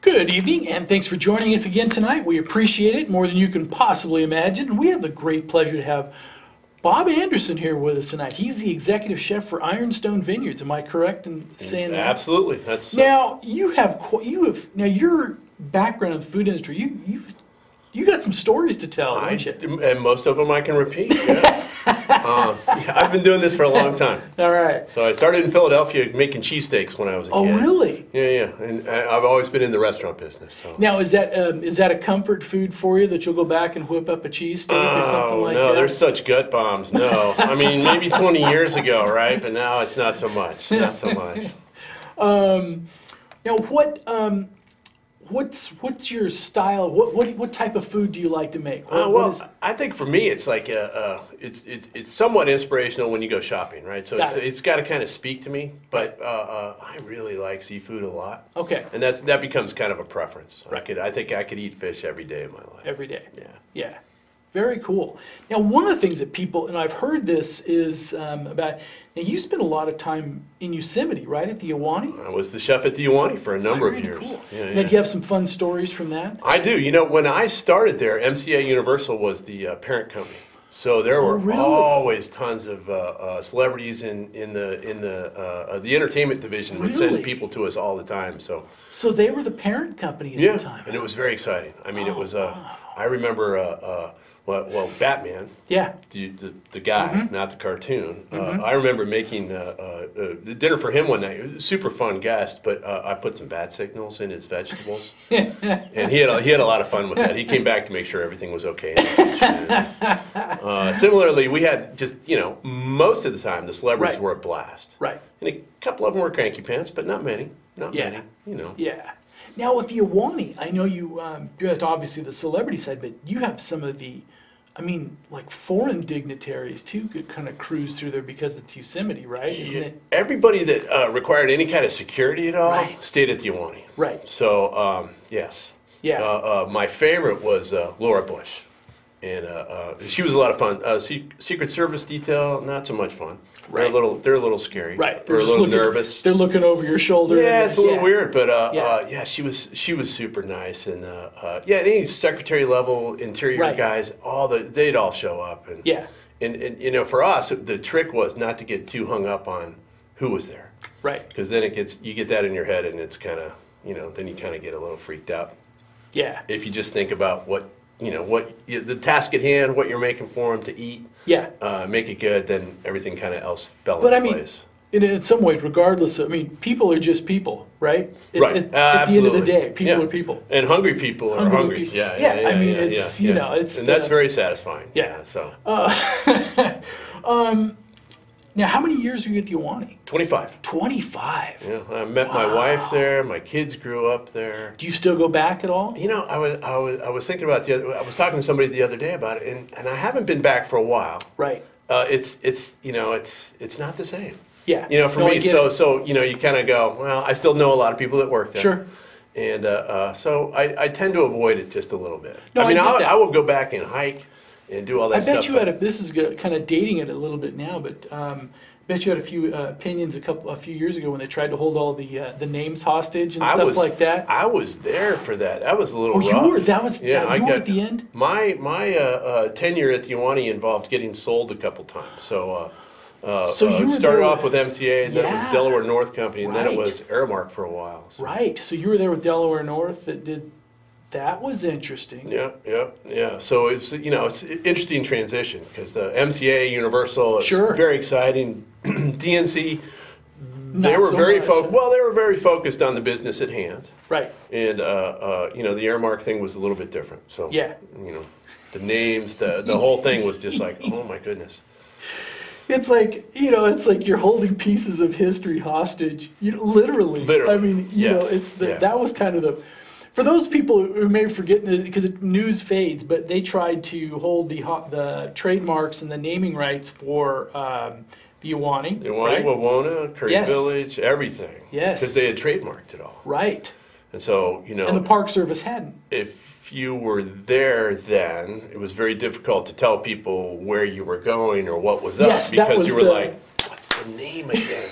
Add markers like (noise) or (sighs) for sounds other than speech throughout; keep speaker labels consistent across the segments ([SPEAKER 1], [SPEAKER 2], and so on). [SPEAKER 1] Good evening, and thanks for joining us again tonight. We appreciate it more than you can possibly imagine. We have the great pleasure to have Bob Anderson here with us tonight. He's the executive chef for Ironstone Vineyards. Am I correct in saying that?
[SPEAKER 2] Absolutely. That's uh,
[SPEAKER 1] Now you have qu- you have now your background in the food industry. You you you got some stories to tell,
[SPEAKER 2] I,
[SPEAKER 1] don't you?
[SPEAKER 2] and most of them I can repeat.
[SPEAKER 1] (laughs)
[SPEAKER 2] Yeah. um, yeah, I've been doing this for a long time.
[SPEAKER 1] All right.
[SPEAKER 2] So I started in Philadelphia making cheesesteaks when I was a
[SPEAKER 1] Oh,
[SPEAKER 2] kid.
[SPEAKER 1] really?
[SPEAKER 2] Yeah, yeah. And I, I've always been in the restaurant business. So.
[SPEAKER 1] Now is that um, is that a comfort food for you that you'll go back and whip up a cheesesteak or something
[SPEAKER 2] Oh,
[SPEAKER 1] like
[SPEAKER 2] no,
[SPEAKER 1] that?
[SPEAKER 2] they're such gut bombs. No. I mean, maybe 20 years ago, right? But now it's not so much. Not so
[SPEAKER 1] (laughs)
[SPEAKER 2] much. Uh,
[SPEAKER 1] Now, what um, what's what's your style? What what what type of food do you like to make? What-
[SPEAKER 2] Uh,
[SPEAKER 1] what
[SPEAKER 2] well,
[SPEAKER 1] is-
[SPEAKER 2] I think for me, it's like uh, uh, it's it's it's somewhat inspirational when you go shopping, right? So
[SPEAKER 1] Got
[SPEAKER 2] it's,
[SPEAKER 1] it.
[SPEAKER 2] it's got to kind of speak to me. But uh, uh, I really like seafood a lot,
[SPEAKER 1] okay,
[SPEAKER 2] and that's that becomes kind of a preference. I
[SPEAKER 1] Right.
[SPEAKER 2] could I think I could eat fish every day of my life.
[SPEAKER 1] every day.
[SPEAKER 2] yeah.
[SPEAKER 1] Yeah, very cool. Now, one of the things that people and I've heard this is um, about. Now, you spent a lot of time in Yosemite, right, at the Iwani.
[SPEAKER 2] I was the chef at Diawani for a number of
[SPEAKER 1] Very
[SPEAKER 2] years.
[SPEAKER 1] Cool.
[SPEAKER 2] Yeah,
[SPEAKER 1] Now,
[SPEAKER 2] yeah.
[SPEAKER 1] do you have some fun stories from that?
[SPEAKER 2] I do. You know, when I started there, MCA Universal was the uh, parent company. So there were
[SPEAKER 1] Oh, really?
[SPEAKER 2] always tons of uh, uh, celebrities in, in the in the uh, uh, the entertainment division would
[SPEAKER 1] Really?
[SPEAKER 2] send people to us all the time. So
[SPEAKER 1] So they were the parent company at
[SPEAKER 2] yeah,
[SPEAKER 1] the time. Oh,
[SPEAKER 2] and it was very exciting. I mean, it was. Uh, I remember. Uh, uh, well, well, Batman.
[SPEAKER 1] yeah.
[SPEAKER 2] The, the, the guy,
[SPEAKER 1] Mm-hmm.
[SPEAKER 2] not the cartoon. Uh, I remember making uh, uh, uh, the dinner for him one night. It was a super fun guest, but uh, I put some bat signals in his vegetables,
[SPEAKER 1] (laughs)
[SPEAKER 2] and he had a, he had a lot of fun with that. He came back to make sure everything was okay. in the
[SPEAKER 1] (laughs)
[SPEAKER 2] kitchen. uh, similarly, we had just you know most of the time the celebrities
[SPEAKER 1] Right.
[SPEAKER 2] were a blast,
[SPEAKER 1] Right.
[SPEAKER 2] and a couple of them were cranky pants, but not many, not
[SPEAKER 1] Yeah.
[SPEAKER 2] many. You know,
[SPEAKER 1] Yeah. Now with the Iwani, I know you. Um, you have obviously the celebrity side, but you have some of the, I mean, like foreign dignitaries too could kind of cruise through there because it's Yosemite, right? Isn't
[SPEAKER 2] Yeah,
[SPEAKER 1] it?
[SPEAKER 2] Everybody that uh, required any kind of security at all
[SPEAKER 1] Right.
[SPEAKER 2] stayed at the Iwani.
[SPEAKER 1] Right.
[SPEAKER 2] So, um, yes.
[SPEAKER 1] Yeah.
[SPEAKER 2] Uh, uh, my favorite was uh, Laura Bush. And uh, uh, she was a lot of fun. Uh, Se- Secret Service detail, not so much fun. They're
[SPEAKER 1] Right.
[SPEAKER 2] a little, they're a little scary.
[SPEAKER 1] Right.
[SPEAKER 2] They're a
[SPEAKER 1] just
[SPEAKER 2] little
[SPEAKER 1] looking,
[SPEAKER 2] nervous.
[SPEAKER 1] They're looking over your shoulder. and
[SPEAKER 2] Yeah,
[SPEAKER 1] they're-
[SPEAKER 2] it's a little weird, but uh,
[SPEAKER 1] Yeah.
[SPEAKER 2] Uh, yeah, she was she was super nice, and uh, uh, yeah, any secretary level interior
[SPEAKER 1] Right.
[SPEAKER 2] guys, all the they'd all show up, and
[SPEAKER 1] Yeah.
[SPEAKER 2] and, and you know, for us, the trick was not to get too hung up on who was there,
[SPEAKER 1] Right.
[SPEAKER 2] because then it gets you get that in your head, and it's kind of you know, then you kind of get a little freaked out
[SPEAKER 1] Yeah.
[SPEAKER 2] if you just think about what you know, what you, the task at hand, what you're making for them to eat,
[SPEAKER 1] Yeah.
[SPEAKER 2] uh, make it good, then everything kind of else fell
[SPEAKER 1] But
[SPEAKER 2] into
[SPEAKER 1] I mean,
[SPEAKER 2] place.
[SPEAKER 1] in, in some ways, regardless of, I mean, people are just people, right? At,
[SPEAKER 2] Right.
[SPEAKER 1] At,
[SPEAKER 2] Uh,
[SPEAKER 1] at the end of the
[SPEAKER 2] absolutely.
[SPEAKER 1] day, people
[SPEAKER 2] Yeah.
[SPEAKER 1] are people. (laughs)
[SPEAKER 2] And hungry people are
[SPEAKER 1] Hungry
[SPEAKER 2] hungry.
[SPEAKER 1] people.
[SPEAKER 2] Yeah,
[SPEAKER 1] Yeah,
[SPEAKER 2] yeah,
[SPEAKER 1] I mean,
[SPEAKER 2] yeah,
[SPEAKER 1] it's,
[SPEAKER 2] yeah,
[SPEAKER 1] you
[SPEAKER 2] yeah.
[SPEAKER 1] know, it's
[SPEAKER 2] and that's
[SPEAKER 1] the-
[SPEAKER 2] very satisfying.
[SPEAKER 1] Yeah. Uh,
[SPEAKER 2] Yeah. so
[SPEAKER 1] Um, Now, how many years were you at the Iwani?
[SPEAKER 2] 25.
[SPEAKER 1] Twenty-five.
[SPEAKER 2] You know, I met my wife there. My kids grew up there.
[SPEAKER 1] Do you still go back at all?
[SPEAKER 2] You know, I was I was I was thinking about the other, I was talking to somebody the other day about it, and, and I haven't been back for a while.
[SPEAKER 1] Right.
[SPEAKER 2] Uh, it's it's you know it's it's not the same.
[SPEAKER 1] Yeah.
[SPEAKER 2] You know, for
[SPEAKER 1] No, I
[SPEAKER 2] me,
[SPEAKER 1] get
[SPEAKER 2] so
[SPEAKER 1] it.
[SPEAKER 2] so you know, you kind of go, well, I still know a lot of people that work there.
[SPEAKER 1] Sure.
[SPEAKER 2] And uh, uh, so I, I tend to avoid it just a little bit.
[SPEAKER 1] No, I
[SPEAKER 2] I mean,
[SPEAKER 1] get
[SPEAKER 2] will,
[SPEAKER 1] that.
[SPEAKER 2] I will go back and hike and do all that
[SPEAKER 1] I
[SPEAKER 2] stuff.
[SPEAKER 1] bet you
[SPEAKER 2] but-
[SPEAKER 1] had a, this is kind of dating it a little bit now, but um, bet you had a few uh, opinions a couple a few years ago when they tried to hold all the uh, the names hostage and
[SPEAKER 2] I
[SPEAKER 1] stuff
[SPEAKER 2] was
[SPEAKER 1] like that.
[SPEAKER 2] I was there for that. That was a little
[SPEAKER 1] oh,
[SPEAKER 2] rough.
[SPEAKER 1] you were that was that, you were
[SPEAKER 2] got-
[SPEAKER 1] at the end.
[SPEAKER 2] My my uh, uh, tenure at the Iwani involved getting sold a couple times. So, uh, uh,
[SPEAKER 1] So
[SPEAKER 2] uh,
[SPEAKER 1] you were
[SPEAKER 2] started
[SPEAKER 1] there
[SPEAKER 2] off
[SPEAKER 1] with-
[SPEAKER 2] with MCA, and then it
[SPEAKER 1] Yeah.
[SPEAKER 2] was Delaware North Company, and then
[SPEAKER 1] Right.
[SPEAKER 2] it was Airmark for a while. So.
[SPEAKER 1] Right. So you were there with Delaware North that did that was interesting.
[SPEAKER 2] Yeah, yeah, yeah. So it's you know it's an interesting transition because the MCA Universal is
[SPEAKER 1] Sure.
[SPEAKER 2] very exciting. (clears throat) DNC they
[SPEAKER 1] Not
[SPEAKER 2] were
[SPEAKER 1] so
[SPEAKER 2] very
[SPEAKER 1] much, huh?
[SPEAKER 2] focused. Well, they were very focused on the business at hand.
[SPEAKER 1] Right.
[SPEAKER 2] And, uh, uh, you know, the Airmark thing was a little bit different, so.
[SPEAKER 1] Yeah.
[SPEAKER 2] You know, the names, the, the whole thing was just like, oh my goodness.
[SPEAKER 1] It's like you know, it's like you're holding pieces of history hostage. You literally.
[SPEAKER 2] Literally,
[SPEAKER 1] I mean, you know,
[SPEAKER 2] yes,
[SPEAKER 1] it's the,
[SPEAKER 2] yeah.
[SPEAKER 1] that was kind of the. For those people who may have forgotten this, because it, news fades, but they tried to hold the ho- the trademarks and the naming rights for um, the Iwani.
[SPEAKER 2] They
[SPEAKER 1] right?
[SPEAKER 2] wanted Wawona, Curry
[SPEAKER 1] Yes.
[SPEAKER 2] Village, everything.
[SPEAKER 1] Yes.
[SPEAKER 2] Because they had trademarked it all.
[SPEAKER 1] right.
[SPEAKER 2] And so, you
[SPEAKER 1] And the
[SPEAKER 2] know,
[SPEAKER 1] Park Service hadn't.
[SPEAKER 2] if you were there then, it was very difficult to tell people where you were going or what was up.
[SPEAKER 1] Yes, that
[SPEAKER 2] Because
[SPEAKER 1] was
[SPEAKER 2] you were
[SPEAKER 1] the- (laughs)
[SPEAKER 2] like, what's the name again?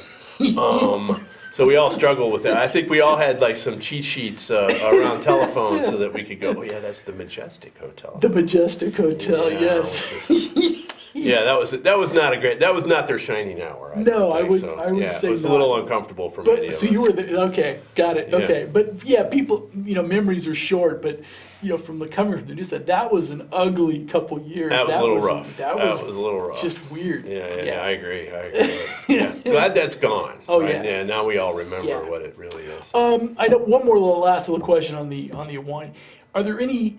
[SPEAKER 2] Um, So we all struggle with that. I think we all had like some cheat sheets uh, around telephone so that we could go, oh, yeah, that's the Majestic Hotel.
[SPEAKER 1] The Majestic Hotel,
[SPEAKER 2] Yeah,
[SPEAKER 1] yes.
[SPEAKER 2] which is- (laughs) yeah, that was that was not a great. That was not their shining hour. I
[SPEAKER 1] No,
[SPEAKER 2] don't
[SPEAKER 1] I
[SPEAKER 2] think,
[SPEAKER 1] would-
[SPEAKER 2] So,
[SPEAKER 1] I would
[SPEAKER 2] yeah,
[SPEAKER 1] say
[SPEAKER 2] it was
[SPEAKER 1] not.
[SPEAKER 2] a little uncomfortable for many
[SPEAKER 1] But
[SPEAKER 2] of
[SPEAKER 1] so
[SPEAKER 2] us.
[SPEAKER 1] you were the, okay, got it.
[SPEAKER 2] Yeah.
[SPEAKER 1] Okay, but yeah, people, you know, memories are short, but you know, from the cover of the news, that that was an ugly couple years.
[SPEAKER 2] that was a little
[SPEAKER 1] was-
[SPEAKER 2] rough.
[SPEAKER 1] That was,
[SPEAKER 2] that was a little rough.
[SPEAKER 1] just weird.
[SPEAKER 2] Yeah, yeah, yeah, I agree. I agree.
[SPEAKER 1] (laughs)
[SPEAKER 2] yeah. Glad that's gone.
[SPEAKER 1] Oh,
[SPEAKER 2] right?
[SPEAKER 1] yeah.
[SPEAKER 2] Yeah, now we all remember
[SPEAKER 1] Yeah.
[SPEAKER 2] what it really is.
[SPEAKER 1] Um, I don't, one more little last little question on the on the wine. Are there any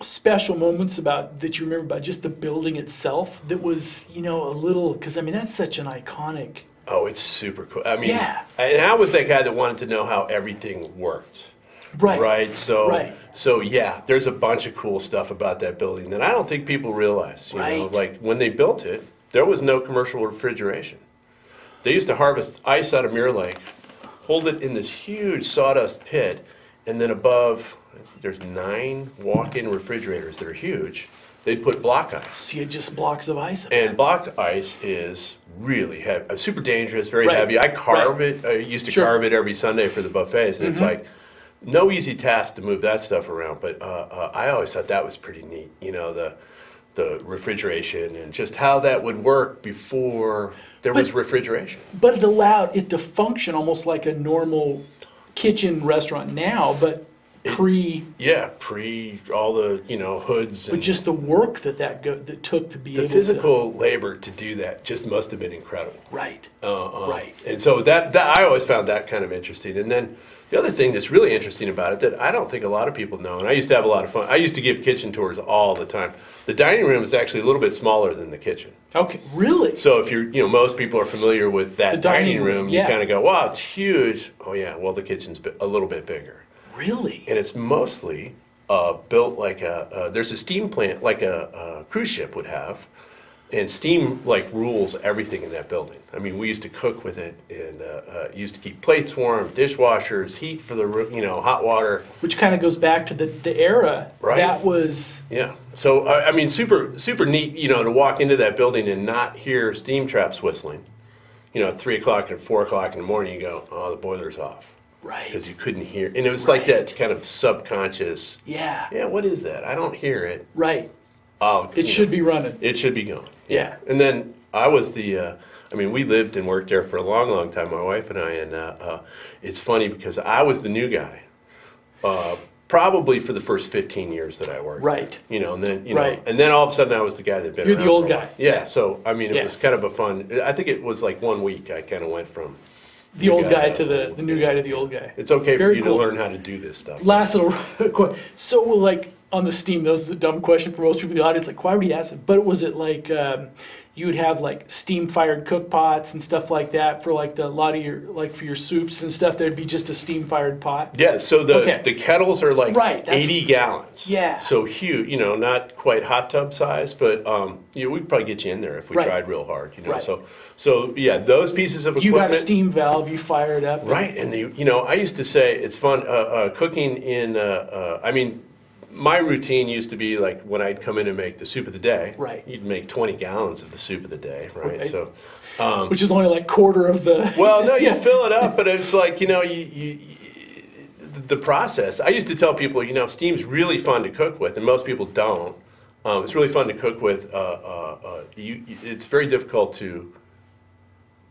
[SPEAKER 1] special moments about that you remember about just the building itself that was you know a little because I mean that's such an iconic.
[SPEAKER 2] oh, it's super cool. I mean,
[SPEAKER 1] Yeah.
[SPEAKER 2] and I was that guy that wanted to know how everything worked.
[SPEAKER 1] Right.
[SPEAKER 2] So,
[SPEAKER 1] Right.
[SPEAKER 2] so yeah, there's a bunch of cool stuff about that building that I don't think people realize. You know,
[SPEAKER 1] Right.
[SPEAKER 2] like when they built it, there was no commercial refrigeration. They used to harvest ice out of Mirror Lake, hold it in this huge sawdust pit, and then above, there's nine walk-in refrigerators that are huge. They'd put block ice.
[SPEAKER 1] See, it just blocks of ice. up.
[SPEAKER 2] And block ice is really heavy, uh, super dangerous, very
[SPEAKER 1] Right.
[SPEAKER 2] heavy. I carve
[SPEAKER 1] Right.
[SPEAKER 2] it. I used to
[SPEAKER 1] Sure. Mm-hmm.
[SPEAKER 2] carve it every Sunday for the buffets, and it's like no easy task to move that stuff around. But uh, uh, I always thought that was pretty neat. You know the the refrigeration and just how that would work before there was refrigeration.
[SPEAKER 1] but it allowed it to function almost like a normal kitchen restaurant now, but pre,
[SPEAKER 2] Yeah, pre all the you know hoods and
[SPEAKER 1] but just the work that that go, that took to be
[SPEAKER 2] the
[SPEAKER 1] able
[SPEAKER 2] physical labor to do that just must have been incredible.
[SPEAKER 1] to right,
[SPEAKER 2] Uh, uh,
[SPEAKER 1] Right.
[SPEAKER 2] And so that, that I always found that kind of interesting. And then the other thing that's really interesting about it that I don't think a lot of people know, and I used to have a lot of fun. I used to give kitchen tours all the time. The dining room is actually a little bit smaller than the kitchen.
[SPEAKER 1] okay, really,
[SPEAKER 2] So if you're, you know, most people are familiar with that
[SPEAKER 1] The dining
[SPEAKER 2] dining
[SPEAKER 1] room,
[SPEAKER 2] room,
[SPEAKER 1] yeah.
[SPEAKER 2] you kind of go, wow, it's huge. Oh yeah, well the kitchen's bi- a little bit bigger,
[SPEAKER 1] really,
[SPEAKER 2] and it's mostly uh, built like a uh, there's a steam plant like a, a cruise ship would have, and steam like rules everything in that building. I mean, we used to cook with it, and uh, uh, used to keep plates warm, dishwashers, heat for the roo- you know hot water.
[SPEAKER 1] which kind of goes back to the the era
[SPEAKER 2] Right.
[SPEAKER 1] that was
[SPEAKER 2] Yeah. So I, I mean, super super neat. You know, to walk into that building and not hear steam traps whistling. You know, at three o'clock and four o'clock in the morning, you go, oh, the boiler's off because
[SPEAKER 1] right,
[SPEAKER 2] you couldn't hear, and it was like
[SPEAKER 1] Right.
[SPEAKER 2] that kind of subconscious.
[SPEAKER 1] yeah,
[SPEAKER 2] Yeah, what is that? I don't hear it.
[SPEAKER 1] right.
[SPEAKER 2] Oh,
[SPEAKER 1] It should be running.
[SPEAKER 2] It should be gone.
[SPEAKER 1] Yeah.
[SPEAKER 2] And then I was the. Uh, I mean, we lived and worked there for a long, long time, my wife and I, and uh, uh, it's funny because I was the new guy, uh, probably for the first 15 years that I worked.
[SPEAKER 1] Right.
[SPEAKER 2] You know, and then you know,
[SPEAKER 1] Right.
[SPEAKER 2] and then all of a sudden I was the guy that been.
[SPEAKER 1] You're the
[SPEAKER 2] around
[SPEAKER 1] old
[SPEAKER 2] for a
[SPEAKER 1] guy.
[SPEAKER 2] while. Yeah. So I mean, it
[SPEAKER 1] Yeah.
[SPEAKER 2] was kind of a fun. I think it was like one week. I kind of went from.
[SPEAKER 1] The old
[SPEAKER 2] guy
[SPEAKER 1] guy
[SPEAKER 2] to
[SPEAKER 1] to
[SPEAKER 2] the
[SPEAKER 1] the,
[SPEAKER 2] old
[SPEAKER 1] the new
[SPEAKER 2] guy.
[SPEAKER 1] guy to the old guy.
[SPEAKER 2] It's okay
[SPEAKER 1] Very
[SPEAKER 2] for you
[SPEAKER 1] cool.
[SPEAKER 2] to learn how to do this stuff.
[SPEAKER 1] Last little (laughs) question. So, like, on the steam, that was a dumb question for most people in the audience. Like, why would he ask it? But was it like um, you would have like steam fired cook pots and stuff like that for like the a lot of your like for your soups and stuff? There'd be just a steam fired pot.
[SPEAKER 2] Yeah, so the,
[SPEAKER 1] Okay.
[SPEAKER 2] the kettles are like
[SPEAKER 1] Right, that's-
[SPEAKER 2] 80 gallons.
[SPEAKER 1] Yeah.
[SPEAKER 2] So huge, you know, not quite hot tub size, but um, you know, we'd probably get you in there if we
[SPEAKER 1] Right.
[SPEAKER 2] tried real hard, you know.
[SPEAKER 1] Right.
[SPEAKER 2] So, so yeah, those pieces of
[SPEAKER 1] You got
[SPEAKER 2] equipment.
[SPEAKER 1] a steam valve, you fire it up.
[SPEAKER 2] Right, and the you know I used to say it's fun uh, uh, cooking in. Uh, uh, I mean, my routine used to be like when I'd come in and make the soup of the day.
[SPEAKER 1] Right.
[SPEAKER 2] You'd make 20 gallons of the soup of the day, right?
[SPEAKER 1] Right.
[SPEAKER 2] So.
[SPEAKER 1] Which is only like quarter of the.
[SPEAKER 2] (laughs) Well, no, you fill it up, but it's like you know, you, you, you the process. I used to tell people, you know, steam's really fun to cook with, and most people don't. Um, it's really fun to cook with. Uh, uh, uh, you, you- it's very difficult to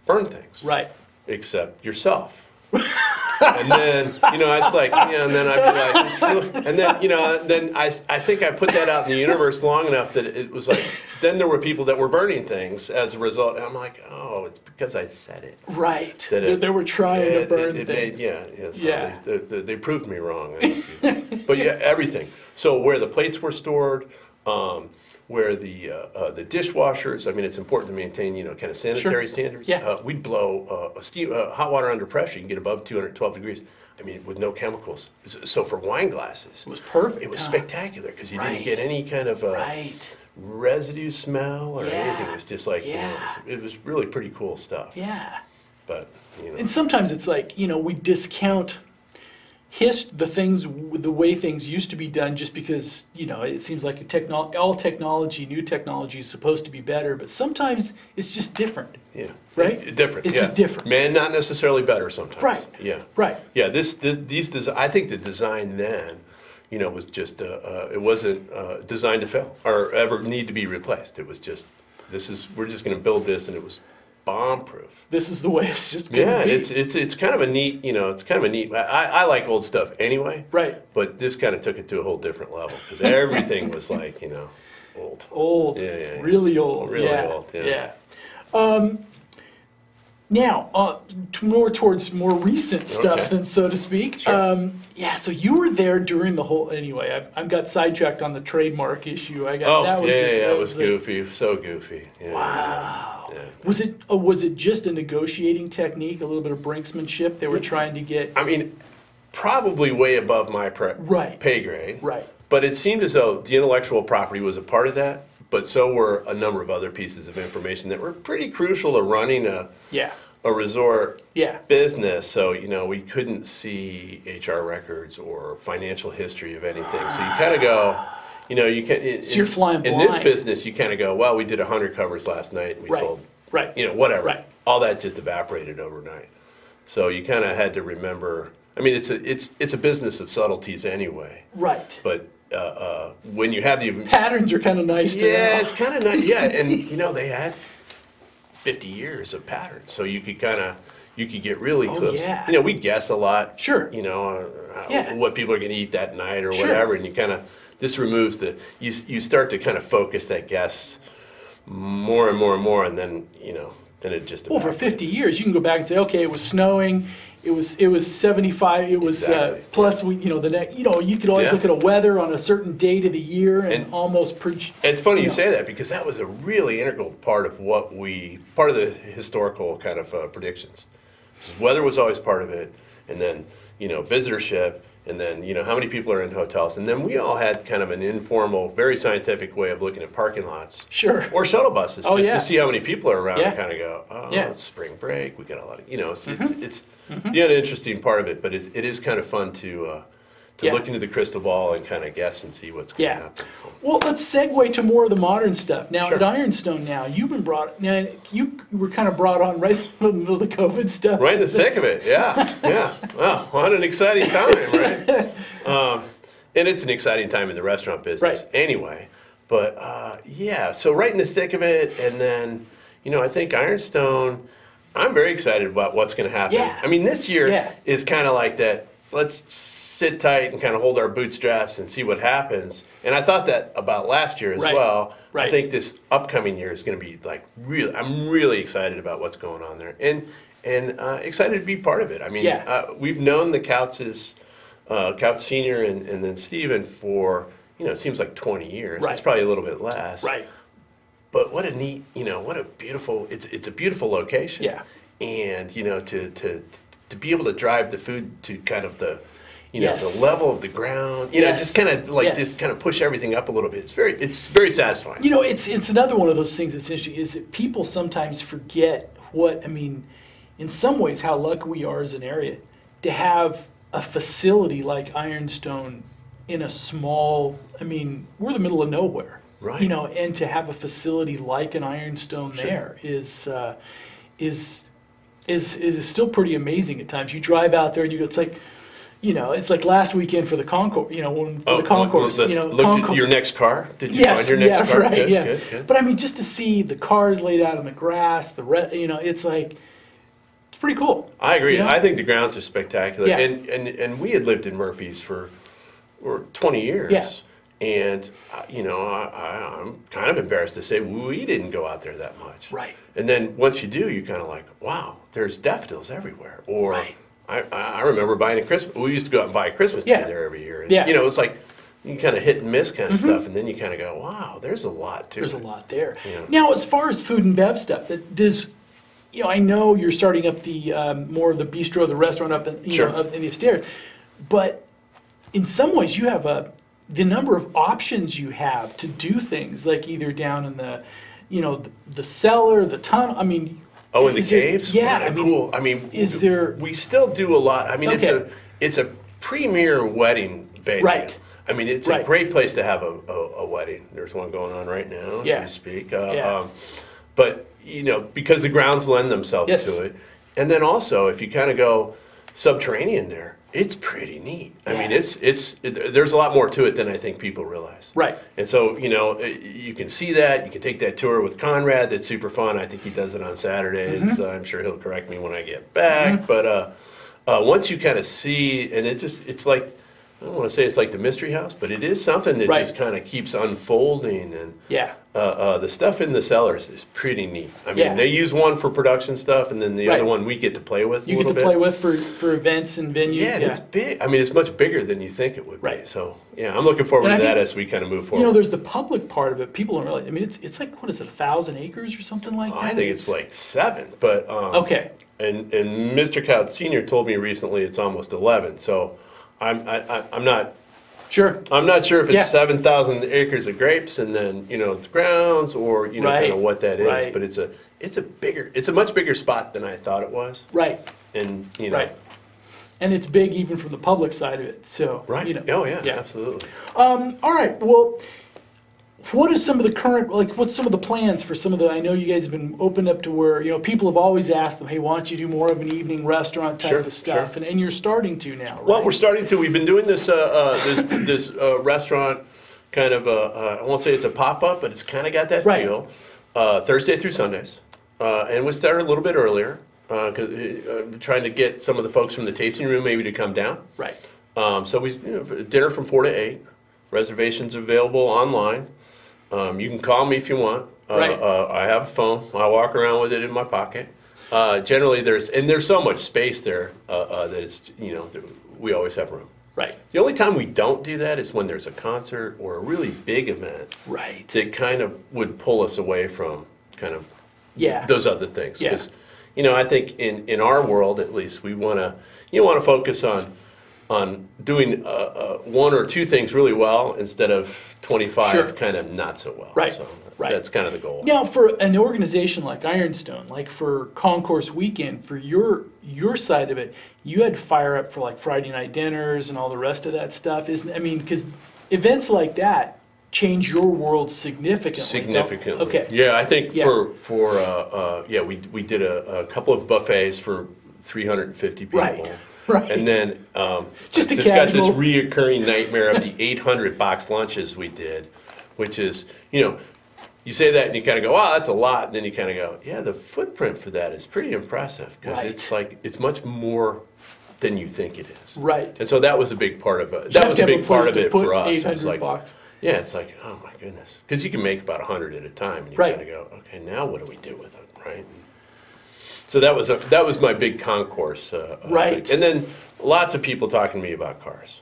[SPEAKER 2] burn things,
[SPEAKER 1] right.
[SPEAKER 2] except yourself. and then you know, it's like, yeah, and then I'd be like, it's really, and then you know, then I, I think I put that out in the universe long enough that it was like, then there were people that were burning things as a result. And I'm like, oh, it's because I said it.
[SPEAKER 1] Right.
[SPEAKER 2] That
[SPEAKER 1] they,
[SPEAKER 2] it-
[SPEAKER 1] they were trying
[SPEAKER 2] Yeah,
[SPEAKER 1] to burn
[SPEAKER 2] it, it
[SPEAKER 1] things.
[SPEAKER 2] Made, yeah, yeah. So
[SPEAKER 1] Yeah.
[SPEAKER 2] They, they, they proved
[SPEAKER 1] (laughs)
[SPEAKER 2] me wrong. but yeah, everything. So where the plates were stored, um, where the uh, uh, the dishwashers. I mean, it's important to maintain you know kind of sanitary standards.
[SPEAKER 1] Yeah.
[SPEAKER 2] Uh, we'd blow uh, a steam, uh, hot water under pressure. You can get above 212 degrees. I mean, with no chemicals. So- So for wine glasses,
[SPEAKER 1] It was perfect.
[SPEAKER 2] it was
[SPEAKER 1] huh?
[SPEAKER 2] spectacular because you
[SPEAKER 1] Right.
[SPEAKER 2] didn't get any kind of uh,
[SPEAKER 1] Right.
[SPEAKER 2] residue smell or anything.
[SPEAKER 1] Yeah.
[SPEAKER 2] It was just like you know,
[SPEAKER 1] Yeah.
[SPEAKER 2] it was, it was really pretty cool stuff.
[SPEAKER 1] Yeah.
[SPEAKER 2] But you know.
[SPEAKER 1] And sometimes it's like, you know, we discount hissed the things the way things used to be done just because you know it seems like a technol all technology new technology is supposed to be better but sometimes it's just different
[SPEAKER 2] Yeah.
[SPEAKER 1] Right?
[SPEAKER 2] Different.
[SPEAKER 1] It's
[SPEAKER 2] yeah.
[SPEAKER 1] just different.
[SPEAKER 2] Man, not necessarily better sometimes.
[SPEAKER 1] Right.
[SPEAKER 2] Yeah.
[SPEAKER 1] right
[SPEAKER 2] Yeah. This, this these desi- I think the design then, you know, was just uh, uh, it wasn't uh, designed to fail or ever need to be replaced. It was just this is we're just going to build this, and it was bomb proof.
[SPEAKER 1] this is the way it's just gonna
[SPEAKER 2] Yeah,
[SPEAKER 1] be.
[SPEAKER 2] it's it's it's kind of a neat, you know, it's kind of a neat. I, I I like old stuff anyway.
[SPEAKER 1] Right.
[SPEAKER 2] But this kind of took it to a whole different level because
[SPEAKER 1] (laughs)
[SPEAKER 2] everything was like, you know, old.
[SPEAKER 1] old,
[SPEAKER 2] Yeah, yeah, yeah.
[SPEAKER 1] really old,
[SPEAKER 2] Really
[SPEAKER 1] yeah,
[SPEAKER 2] old, yeah.
[SPEAKER 1] Um, now, uh, t- more towards more recent stuff,
[SPEAKER 2] Okay.
[SPEAKER 1] then so to speak.
[SPEAKER 2] Sure.
[SPEAKER 1] Um, yeah, so you were there during the whole. Anyway, I, I got sidetracked on the trademark issue. I got
[SPEAKER 2] Oh,
[SPEAKER 1] that was
[SPEAKER 2] yeah,
[SPEAKER 1] just,
[SPEAKER 2] yeah,
[SPEAKER 1] that
[SPEAKER 2] it was
[SPEAKER 1] the-
[SPEAKER 2] goofy, so goofy. Yeah, wow. Yeah.
[SPEAKER 1] Was it uh, was it just a negotiating technique, a little bit of brinksmanship? They were trying to get
[SPEAKER 2] I mean, probably way above my pre-
[SPEAKER 1] Right.
[SPEAKER 2] pay grade.
[SPEAKER 1] right.
[SPEAKER 2] But it seemed as though the intellectual property was a part of that, but so were a number of other pieces of information that were pretty crucial to running a,
[SPEAKER 1] Yeah,
[SPEAKER 2] a resort
[SPEAKER 1] yeah,
[SPEAKER 2] business. So, you know, we couldn't see HR records or financial history of anything. So you kind of go, you know, you can in,
[SPEAKER 1] So you're flying
[SPEAKER 2] in this
[SPEAKER 1] blind.
[SPEAKER 2] business, you kind of go, well, we did 100 covers last night and we
[SPEAKER 1] Right.
[SPEAKER 2] sold,
[SPEAKER 1] Right.
[SPEAKER 2] you know, whatever.
[SPEAKER 1] Right.
[SPEAKER 2] All that just evaporated overnight. So you kind of had to remember. I mean, it's a it's it's a business of subtleties anyway.
[SPEAKER 1] right.
[SPEAKER 2] But uh, uh, when you have the
[SPEAKER 1] Patterns are kind of nice. to
[SPEAKER 2] yeah,
[SPEAKER 1] know.
[SPEAKER 2] it's kind of nice.
[SPEAKER 1] (laughs)
[SPEAKER 2] Yeah, and you know they had fifty years of patterns, so you could kind of you could get really close.
[SPEAKER 1] Oh, yeah.
[SPEAKER 2] You know, we guess a lot.
[SPEAKER 1] Sure.
[SPEAKER 2] You know, uh,
[SPEAKER 1] Yeah.
[SPEAKER 2] what people are going to eat that night or
[SPEAKER 1] Sure.
[SPEAKER 2] whatever, and you kind of this removes the you s- you start to kind of focus that guess more and more and more, and then you know then it just
[SPEAKER 1] Well, for
[SPEAKER 2] evaporates.
[SPEAKER 1] 50 years, you can go back and say, okay, it was snowing, it was it was 75, it was uh,
[SPEAKER 2] Exactly.
[SPEAKER 1] plus we, you know, the next, you know, you could always
[SPEAKER 2] Yeah.
[SPEAKER 1] look at a weather on a certain date of the year and,
[SPEAKER 2] And-
[SPEAKER 1] almost proj-
[SPEAKER 2] And It's funny you
[SPEAKER 1] Yeah.
[SPEAKER 2] say that because that was a really integral part of what we, part of the historical kind of uh, predictions. So weather was always part of it, and then you know visitorship, and then you know how many people are in hotels, and then we all had kind of an informal, very scientific way of looking at parking lots
[SPEAKER 1] sure,
[SPEAKER 2] or shuttle buses
[SPEAKER 1] Oh,
[SPEAKER 2] just
[SPEAKER 1] yeah.
[SPEAKER 2] to see how many people are around
[SPEAKER 1] Yeah.
[SPEAKER 2] and kind of go, oh,
[SPEAKER 1] Yeah. Mm-hmm.
[SPEAKER 2] it's spring break, we got a lot of, you know, it's it's, it's the uninteresting part of it, but it, it is kind of fun to. Uh, to
[SPEAKER 1] Yeah.
[SPEAKER 2] look into the crystal ball and kind of guess and see what's going to
[SPEAKER 1] yeah.
[SPEAKER 2] happen. so.
[SPEAKER 1] Well, let's segue to more of the modern stuff. Now,
[SPEAKER 2] Sure.
[SPEAKER 1] at Ironstone, now you've been brought, now you were kind of brought on right in the middle of the COVID stuff.
[SPEAKER 2] (laughs) Right in the thick of it, yeah, yeah. Wow, what an exciting time, right?
[SPEAKER 1] (laughs)
[SPEAKER 2] Um, and it's an exciting time in the restaurant business,
[SPEAKER 1] Right.
[SPEAKER 2] anyway. But uh, yeah, so right in the thick of it, and then you know, I think Ironstone. I'm very excited about what's going to happen.
[SPEAKER 1] Yeah.
[SPEAKER 2] I mean, this year
[SPEAKER 1] Yeah.
[SPEAKER 2] is kind of like that. Let's sit tight and kind of hold our bootstraps and see what happens. And I thought that about last year as
[SPEAKER 1] Right.
[SPEAKER 2] well.
[SPEAKER 1] Right.
[SPEAKER 2] I think this upcoming year is going to be like really. I'm really excited about what's going on there, and and uh, excited to be part of it. I mean,
[SPEAKER 1] Yeah.
[SPEAKER 2] uh, we've known the Couches, uh, Couch Senior, and, and then Steven for you know it seems like 20 years.
[SPEAKER 1] Right.
[SPEAKER 2] It's probably a little bit less.
[SPEAKER 1] Right.
[SPEAKER 2] But what a neat, you know, what a beautiful. It's it's a beautiful location.
[SPEAKER 1] Yeah.
[SPEAKER 2] And you know to to to be able to drive the food to kind of the. You know
[SPEAKER 1] Yes.
[SPEAKER 2] the level of the ground. You know,
[SPEAKER 1] Yes.
[SPEAKER 2] just kind of like
[SPEAKER 1] Yes.
[SPEAKER 2] just kind of push everything up a little bit. It's very, it's very satisfying.
[SPEAKER 1] You know, it's it's another one of those things that's interesting is that people sometimes forget what I mean, in some ways how lucky we are as an area to have a facility like Ironstone in a small I mean, we're the middle of nowhere.
[SPEAKER 2] Right.
[SPEAKER 1] You know, and to have a facility like an Ironstone there is uh, is is is still pretty amazing at times. You drive out there and you go, it's like you know, it's like last weekend for the Concourse, you know, when for the
[SPEAKER 2] Oh, well, well,
[SPEAKER 1] Concourse,
[SPEAKER 2] let's
[SPEAKER 1] you know,
[SPEAKER 2] look
[SPEAKER 1] Concor-
[SPEAKER 2] at your next car. Did you
[SPEAKER 1] Yes,
[SPEAKER 2] find your next
[SPEAKER 1] yeah,
[SPEAKER 2] car?
[SPEAKER 1] right,
[SPEAKER 2] Good,
[SPEAKER 1] yeah.
[SPEAKER 2] good, good.
[SPEAKER 1] But I mean, just to see the cars laid out on the grass, the re- you know, it's like it's pretty cool.
[SPEAKER 2] I agree.
[SPEAKER 1] Yeah.
[SPEAKER 2] I think the grounds are spectacular.
[SPEAKER 1] Yeah.
[SPEAKER 2] And, and and we had lived in Murphy's for or 20 years.
[SPEAKER 1] Yeah.
[SPEAKER 2] And uh, you know, I, I, I'm kind of embarrassed to say we didn't go out there that much.
[SPEAKER 1] Right.
[SPEAKER 2] And then once you do, you kind of like, wow, there's daffodils everywhere. Or
[SPEAKER 1] Right.
[SPEAKER 2] I, I I remember buying a Christmas. We used to go out and buy a Christmas
[SPEAKER 1] Yeah.
[SPEAKER 2] tree there every year. And,
[SPEAKER 1] Yeah. Mm-hmm.
[SPEAKER 2] You know, it's like you kind of hit and miss kind of stuff, and then you kind of go, wow, there's a lot to
[SPEAKER 1] There's
[SPEAKER 2] it.
[SPEAKER 1] a lot there.
[SPEAKER 2] Yeah.
[SPEAKER 1] Now, as far as food and bev stuff, that does. You know, I know you're starting up the um, more of the bistro, the restaurant up in you
[SPEAKER 2] Sure.
[SPEAKER 1] know up in the upstairs, but in some ways you have a the number of options you have to do things like either down in the you know the, the cellar, the tunnel. I mean,
[SPEAKER 2] Oh, in the
[SPEAKER 1] is it-
[SPEAKER 2] caves?
[SPEAKER 1] yeah,
[SPEAKER 2] Wow,
[SPEAKER 1] I mean,
[SPEAKER 2] cool. I mean,
[SPEAKER 1] is there-
[SPEAKER 2] We still do a lot. I mean, it's
[SPEAKER 1] Okay.
[SPEAKER 2] a it's a premier wedding venue.
[SPEAKER 1] Right.
[SPEAKER 2] I mean, it's
[SPEAKER 1] Right.
[SPEAKER 2] a great place to have a, a, a wedding. There's one going on right now,
[SPEAKER 1] Yeah.
[SPEAKER 2] so to speak. Uh,
[SPEAKER 1] Yeah.
[SPEAKER 2] um, but you know, because the grounds lend themselves
[SPEAKER 1] Yes.
[SPEAKER 2] to it, and then also if you kind of go subterranean there, it's pretty neat. I mean,
[SPEAKER 1] Yeah.
[SPEAKER 2] it's it's it, there's a lot more to it than I think people realize.
[SPEAKER 1] Right.
[SPEAKER 2] And so, you know, eh, you can see that. You can take that tour with Conrad. That's super fun. I think he does it on Saturdays.
[SPEAKER 1] Mm-hmm.
[SPEAKER 2] I'm sure he'll correct me when I get back. But uh, uh, once you kind of see, and it just, it's like, I don't want to say it's like the mystery house, but it is something that
[SPEAKER 1] Right.
[SPEAKER 2] just kind of keeps unfolding. And
[SPEAKER 1] Yeah.
[SPEAKER 2] uh, uh, the stuff in the cellars is pretty neat. I mean,
[SPEAKER 1] Yeah.
[SPEAKER 2] they use one for production stuff, and then the other
[SPEAKER 1] Right.
[SPEAKER 2] one we get to play with.
[SPEAKER 1] You
[SPEAKER 2] a
[SPEAKER 1] get
[SPEAKER 2] little
[SPEAKER 1] to
[SPEAKER 2] bit.
[SPEAKER 1] play with for, for events and venues.
[SPEAKER 2] Yeah, and it's big. I mean, it's much bigger than you think it would be.
[SPEAKER 1] Right.
[SPEAKER 2] So, yeah, I'm looking forward
[SPEAKER 1] And I
[SPEAKER 2] to that
[SPEAKER 1] think-
[SPEAKER 2] as we kind of move
[SPEAKER 1] You
[SPEAKER 2] forward.
[SPEAKER 1] know, there's the public part of it. People don't realize. I mean, it's it's like what is it, a thousand acres or something like that?
[SPEAKER 2] Oh, I think it's like seven, but um,
[SPEAKER 1] okay.
[SPEAKER 2] And and Mr. Couch Senior told me recently it's almost eleven. So I'm I, I, I'm not
[SPEAKER 1] Sure.
[SPEAKER 2] I'm not sure if it's
[SPEAKER 1] Yeah.
[SPEAKER 2] seven thousand acres of grapes and then you know the grounds or you know kind
[SPEAKER 1] Right,
[SPEAKER 2] of what that is.
[SPEAKER 1] right.
[SPEAKER 2] But it's a it's a bigger it's a much bigger spot than I thought it was.
[SPEAKER 1] Right.
[SPEAKER 2] And you know
[SPEAKER 1] Right. And it's big even from the public side of it. So
[SPEAKER 2] right
[SPEAKER 1] You know,
[SPEAKER 2] oh yeah, absolutely.
[SPEAKER 1] All right. Well, what are some of the current like? What's some of the plans for some of the? I know you guys have been opened up to where you know people have always asked them, hey, why don't you do more of an evening restaurant type
[SPEAKER 2] Sure,
[SPEAKER 1] of stuff?
[SPEAKER 2] sure.
[SPEAKER 1] And, and you're starting to now. Right?
[SPEAKER 2] Well, we're starting to. We've been doing this uh, uh, this (coughs) this uh, restaurant kind of. Uh, uh, I won't say it's a pop up, but it's kind of got that
[SPEAKER 1] Right.
[SPEAKER 2] feel. Uh, Thursday through Sundays, uh, and we started a little bit earlier because uh, uh, trying to get some of the folks from the tasting room maybe to come down.
[SPEAKER 1] right.
[SPEAKER 2] Um, so we you know, dinner from four to eight. Reservations available online. Um, you can call me if you want. Uh,
[SPEAKER 1] Right.
[SPEAKER 2] uh, I have a phone. I walk around with it in my pocket. Uh, generally, there's and there's so much space there uh, uh, that it's you know that we always have room.
[SPEAKER 1] Right.
[SPEAKER 2] The only time we don't do that is when there's a concert or a really big event
[SPEAKER 1] Right.
[SPEAKER 2] that kind of would pull us away from kind of
[SPEAKER 1] Yeah.
[SPEAKER 2] those other things.
[SPEAKER 1] Yeah.
[SPEAKER 2] Because, you know, I think in, in our world at least, we want to, you want to focus on, on doing uh, uh, one or two things really well instead of 25
[SPEAKER 1] Sure.
[SPEAKER 2] kind of not so well.
[SPEAKER 1] Right,
[SPEAKER 2] So
[SPEAKER 1] right.
[SPEAKER 2] That's kind of the goal.
[SPEAKER 1] Now, for an organization like Ironstone, like for Concourse Weekend, for your your side of it, you had to fire up for like Friday night dinners and all the rest of that stuff. Isn't I mean, because events like that change your world significantly. don't-
[SPEAKER 2] Significantly.
[SPEAKER 1] Okay.
[SPEAKER 2] Yeah, I think
[SPEAKER 1] Yeah.
[SPEAKER 2] for, for, uh, uh, yeah, we, we did a, a couple of buffets for 350 people.
[SPEAKER 1] Right, right.
[SPEAKER 2] And then, um,
[SPEAKER 1] Just a
[SPEAKER 2] just got this
[SPEAKER 1] casual-
[SPEAKER 2] reoccurring nightmare of the 800 box lunches we did, which is, you know, you say that and you kind of go, wow, that's a lot. And then you kind of go, yeah, the footprint for that is pretty impressive because
[SPEAKER 1] Right.
[SPEAKER 2] it's like, it's much more than you think it is.
[SPEAKER 1] Right.
[SPEAKER 2] And so that was a big part of it.
[SPEAKER 1] You
[SPEAKER 2] That
[SPEAKER 1] have
[SPEAKER 2] was
[SPEAKER 1] to
[SPEAKER 2] a
[SPEAKER 1] have a
[SPEAKER 2] big part
[SPEAKER 1] place
[SPEAKER 2] of
[SPEAKER 1] to
[SPEAKER 2] it for
[SPEAKER 1] put
[SPEAKER 2] us. It
[SPEAKER 1] 800
[SPEAKER 2] was like,
[SPEAKER 1] bucks.
[SPEAKER 2] yeah, it's like, oh my goodness. Because you can make about 100 at a time and you
[SPEAKER 1] Right.
[SPEAKER 2] kind of go, okay, now what do we do with it, right? So that was a, that was my big concourse. Uh, uh,
[SPEAKER 1] Right.
[SPEAKER 2] thing. And then lots of people talking to me about cars.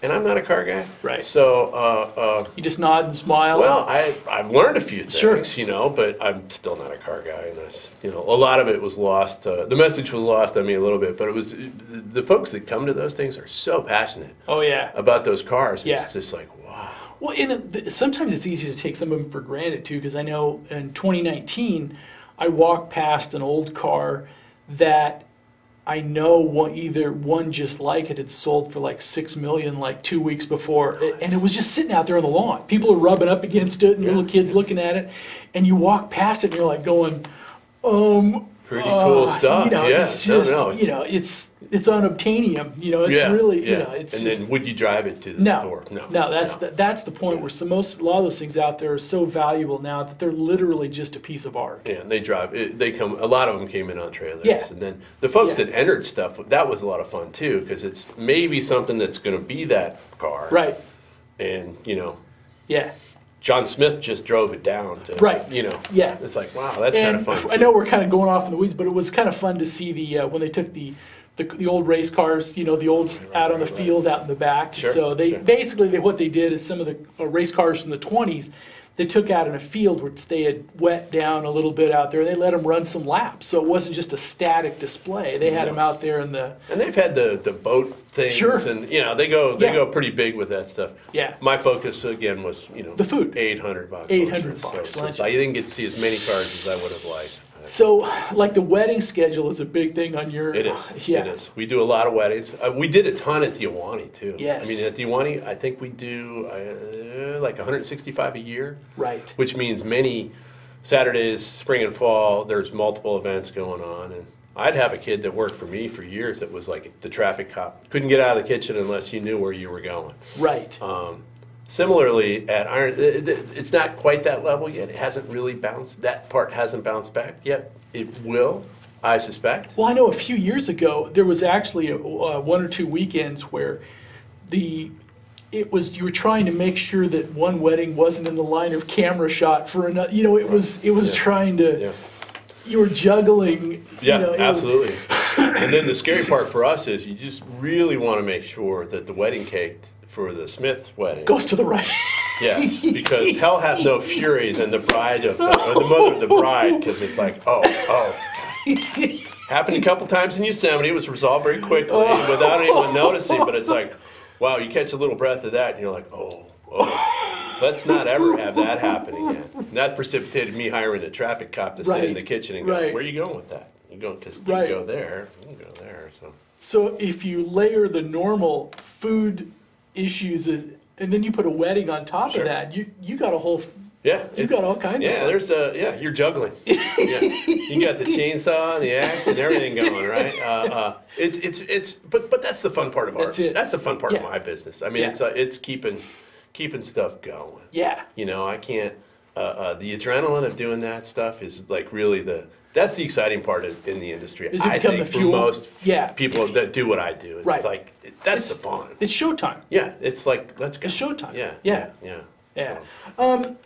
[SPEAKER 2] And I'm not a car guy.
[SPEAKER 1] Right.
[SPEAKER 2] So, uh, uh,
[SPEAKER 1] You just nod and smile.
[SPEAKER 2] well, I, I've learned a few things,
[SPEAKER 1] Sure.
[SPEAKER 2] you know, but I'm still not a car guy. And I, s- you know, a lot of it was lost. Uh, the message was lost on me a little bit, but it was the, the folks that come to those things are so passionate
[SPEAKER 1] oh yeah.
[SPEAKER 2] about those cars.
[SPEAKER 1] Yeah.
[SPEAKER 2] It's just like, wow.
[SPEAKER 1] Well, and it- th- sometimes it's easy to take some of them for granted too, because I know in 2019, I walked past an old car that I know one, either one just like it had sold for like six million like two weeks before, a- and it was just sitting out there on the lawn. People are rubbing up against it, and little kids looking at it, and you walk past it, and you're like going, um.
[SPEAKER 2] Pretty cool
[SPEAKER 1] uh,
[SPEAKER 2] stuff,
[SPEAKER 1] You know,
[SPEAKER 2] yeah.
[SPEAKER 1] it's
[SPEAKER 2] No,
[SPEAKER 1] just
[SPEAKER 2] no,
[SPEAKER 1] you
[SPEAKER 2] it's-
[SPEAKER 1] know, it's it's unobtainium. You know, it's
[SPEAKER 2] yeah,
[SPEAKER 1] really
[SPEAKER 2] yeah.
[SPEAKER 1] you know, it's
[SPEAKER 2] and
[SPEAKER 1] just,
[SPEAKER 2] then would you drive it to the
[SPEAKER 1] no,
[SPEAKER 2] store?
[SPEAKER 1] no, that's The, that's the point where some, most a lot of those things out there are so valuable now that they're literally just a piece of art.
[SPEAKER 2] Yeah, and they drive. It, they come. A lot of them came in on trailers,
[SPEAKER 1] Yeah.
[SPEAKER 2] and then the folks
[SPEAKER 1] Yeah.
[SPEAKER 2] that entered stuff. That was a lot of fun too, because it's maybe something that's going to be that car,
[SPEAKER 1] Right.
[SPEAKER 2] And you know,
[SPEAKER 1] Yeah.
[SPEAKER 2] John Smith just drove it down to,
[SPEAKER 1] Right.
[SPEAKER 2] You know,
[SPEAKER 1] Yeah.
[SPEAKER 2] It's like wow, that's kind
[SPEAKER 1] And
[SPEAKER 2] of fun.
[SPEAKER 1] I
[SPEAKER 2] too.
[SPEAKER 1] know we're kind of going off in the weeds, but it was kind of fun to see the uh, when they took the, the the old race cars, you know, the old s out on the
[SPEAKER 2] right, right.
[SPEAKER 1] field out in the back.
[SPEAKER 2] Sure,
[SPEAKER 1] so they
[SPEAKER 2] sure.
[SPEAKER 1] basically they, what they did is some of the uh, race cars from the 20s they took out in a field which they had wet down a little bit out there and they let them run some laps. So it wasn't just a static display. They had
[SPEAKER 2] No.
[SPEAKER 1] them out there in the
[SPEAKER 2] And they've had the, the boat things,
[SPEAKER 1] Sure.
[SPEAKER 2] and you know they go they
[SPEAKER 1] Yeah.
[SPEAKER 2] go pretty big with that stuff.
[SPEAKER 1] Yeah.
[SPEAKER 2] My focus again was you know
[SPEAKER 1] The food.
[SPEAKER 2] eight hundred bucks,
[SPEAKER 1] 800 box
[SPEAKER 2] so, since
[SPEAKER 1] lunches.
[SPEAKER 2] I didn't get to see as many cars as I would have liked. I
[SPEAKER 1] So, like the wedding schedule is a big thing on your. uh,
[SPEAKER 2] It is.
[SPEAKER 1] (sighs) Yeah.
[SPEAKER 2] It is. We do a lot of weddings. Uh, we did a ton at Diawani too.
[SPEAKER 1] Yes.
[SPEAKER 2] I mean, at Diawani, I think we do uh, like 165 a year,
[SPEAKER 1] Right.
[SPEAKER 2] which means many Saturdays, spring and fall. There's multiple events going on, and I'd have a kid that worked for me for years that was like the traffic cop. Couldn't get out of the kitchen unless you knew where you were going.
[SPEAKER 1] Right.
[SPEAKER 2] Um, similarly, at Iron, th- th- it's not quite that level yet. It hasn't really bounced. That part hasn't bounced back yet. It will, I suspect.
[SPEAKER 1] Well, I know a few years ago there was actually a, uh, one or two weekends where the it was you were trying to make sure that one wedding wasn't in the line of camera shot for another. You know, it was it was
[SPEAKER 2] Yeah.
[SPEAKER 1] trying to
[SPEAKER 2] Yeah.
[SPEAKER 1] you were juggling.
[SPEAKER 2] Yeah,
[SPEAKER 1] you know, it was-
[SPEAKER 2] absolutely. (coughs) and then the scary part for us is you just really want to make sure that the wedding cake for the Smith wedding.
[SPEAKER 1] goes to the right. (laughs)
[SPEAKER 2] Yes, because hell hath no fury than the bride of or the mother of the bride, because it's like, oh, oh. Happened a couple times in Yosemite. It was resolved very quickly
[SPEAKER 1] Oh.
[SPEAKER 2] without anyone noticing. But it's like, wow, you catch a little breath of that, and you're like, oh, oh. Let's not ever have that happen again. And that precipitated me hiring a traffic cop to sit in
[SPEAKER 1] Right,
[SPEAKER 2] the kitchen and go,
[SPEAKER 1] right.
[SPEAKER 2] where are you going with that? You going because you
[SPEAKER 1] Right.
[SPEAKER 2] go there, you go there. So
[SPEAKER 1] So if you layer the normal food issues as- and then you put a wedding on top
[SPEAKER 2] Sure.
[SPEAKER 1] of that, you you got a whole.
[SPEAKER 2] yeah,
[SPEAKER 1] You
[SPEAKER 2] it's-
[SPEAKER 1] got all kinds of
[SPEAKER 2] Yeah,
[SPEAKER 1] fun.
[SPEAKER 2] there's a yeah.
[SPEAKER 1] (laughs)
[SPEAKER 2] You're juggling. Yeah. you got the chainsaw and the axe and everything going, right? Uh, uh, it's it's it's. But but that's the fun part of art.
[SPEAKER 1] That's it.
[SPEAKER 2] the fun part of
[SPEAKER 1] Yeah.
[SPEAKER 2] my business. I mean,
[SPEAKER 1] Yeah.
[SPEAKER 2] it's uh, it's keeping keeping stuff going.
[SPEAKER 1] Yeah.
[SPEAKER 2] You know, I can't. Uh, uh, the adrenaline of doing that stuff is like really the. That's the exciting part in, in the industry.
[SPEAKER 1] Is it
[SPEAKER 2] I
[SPEAKER 1] become
[SPEAKER 2] think
[SPEAKER 1] the
[SPEAKER 2] for
[SPEAKER 1] fuel?
[SPEAKER 2] most
[SPEAKER 1] Yeah.
[SPEAKER 2] people that do what I do, it's
[SPEAKER 1] Right.
[SPEAKER 2] like that's the fun.
[SPEAKER 1] It's showtime.
[SPEAKER 2] yeah, it's like let's go.
[SPEAKER 1] It's showtime.
[SPEAKER 2] Yeah,
[SPEAKER 1] Yeah.
[SPEAKER 2] yeah,
[SPEAKER 1] Yeah.
[SPEAKER 2] So,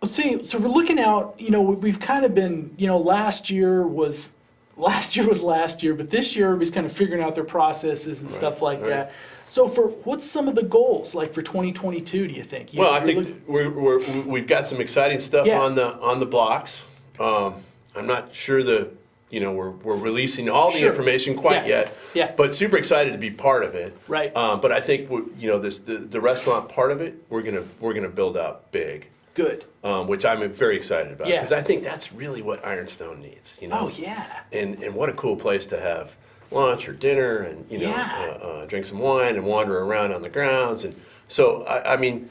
[SPEAKER 1] Let's see. So we're looking out. You know, we- we've kind of been. You know, last year was, last year was last year, but this year everybody's kind of figuring out their processes and stuff like
[SPEAKER 2] right.
[SPEAKER 1] that. So for what's some of the goals like for 2022? Do you think? You-
[SPEAKER 2] Well, I
[SPEAKER 1] you're
[SPEAKER 2] think
[SPEAKER 1] looking-
[SPEAKER 2] th- we're, we're, we've got some exciting stuff
[SPEAKER 1] Yeah.
[SPEAKER 2] on the, on the blocks. Um, I'm not sure the, you know, we're, we're releasing all the
[SPEAKER 1] Sure.
[SPEAKER 2] information quite
[SPEAKER 1] Yeah.
[SPEAKER 2] yet.
[SPEAKER 1] Yeah.
[SPEAKER 2] But super excited to be part of it.
[SPEAKER 1] Right.
[SPEAKER 2] Um, but I think, we- you know, this, the, the restaurant part of it, we're gonna, we're gonna build out big,
[SPEAKER 1] good.
[SPEAKER 2] um, which I'm very excited about.
[SPEAKER 1] Yeah.
[SPEAKER 2] Because I think that's really what Ironstone needs, you know?
[SPEAKER 1] Oh yeah.
[SPEAKER 2] and and what a cool place to have lunch or dinner and you know
[SPEAKER 1] Yeah.
[SPEAKER 2] uh, uh, drink some wine and wander around on the grounds and so I, I mean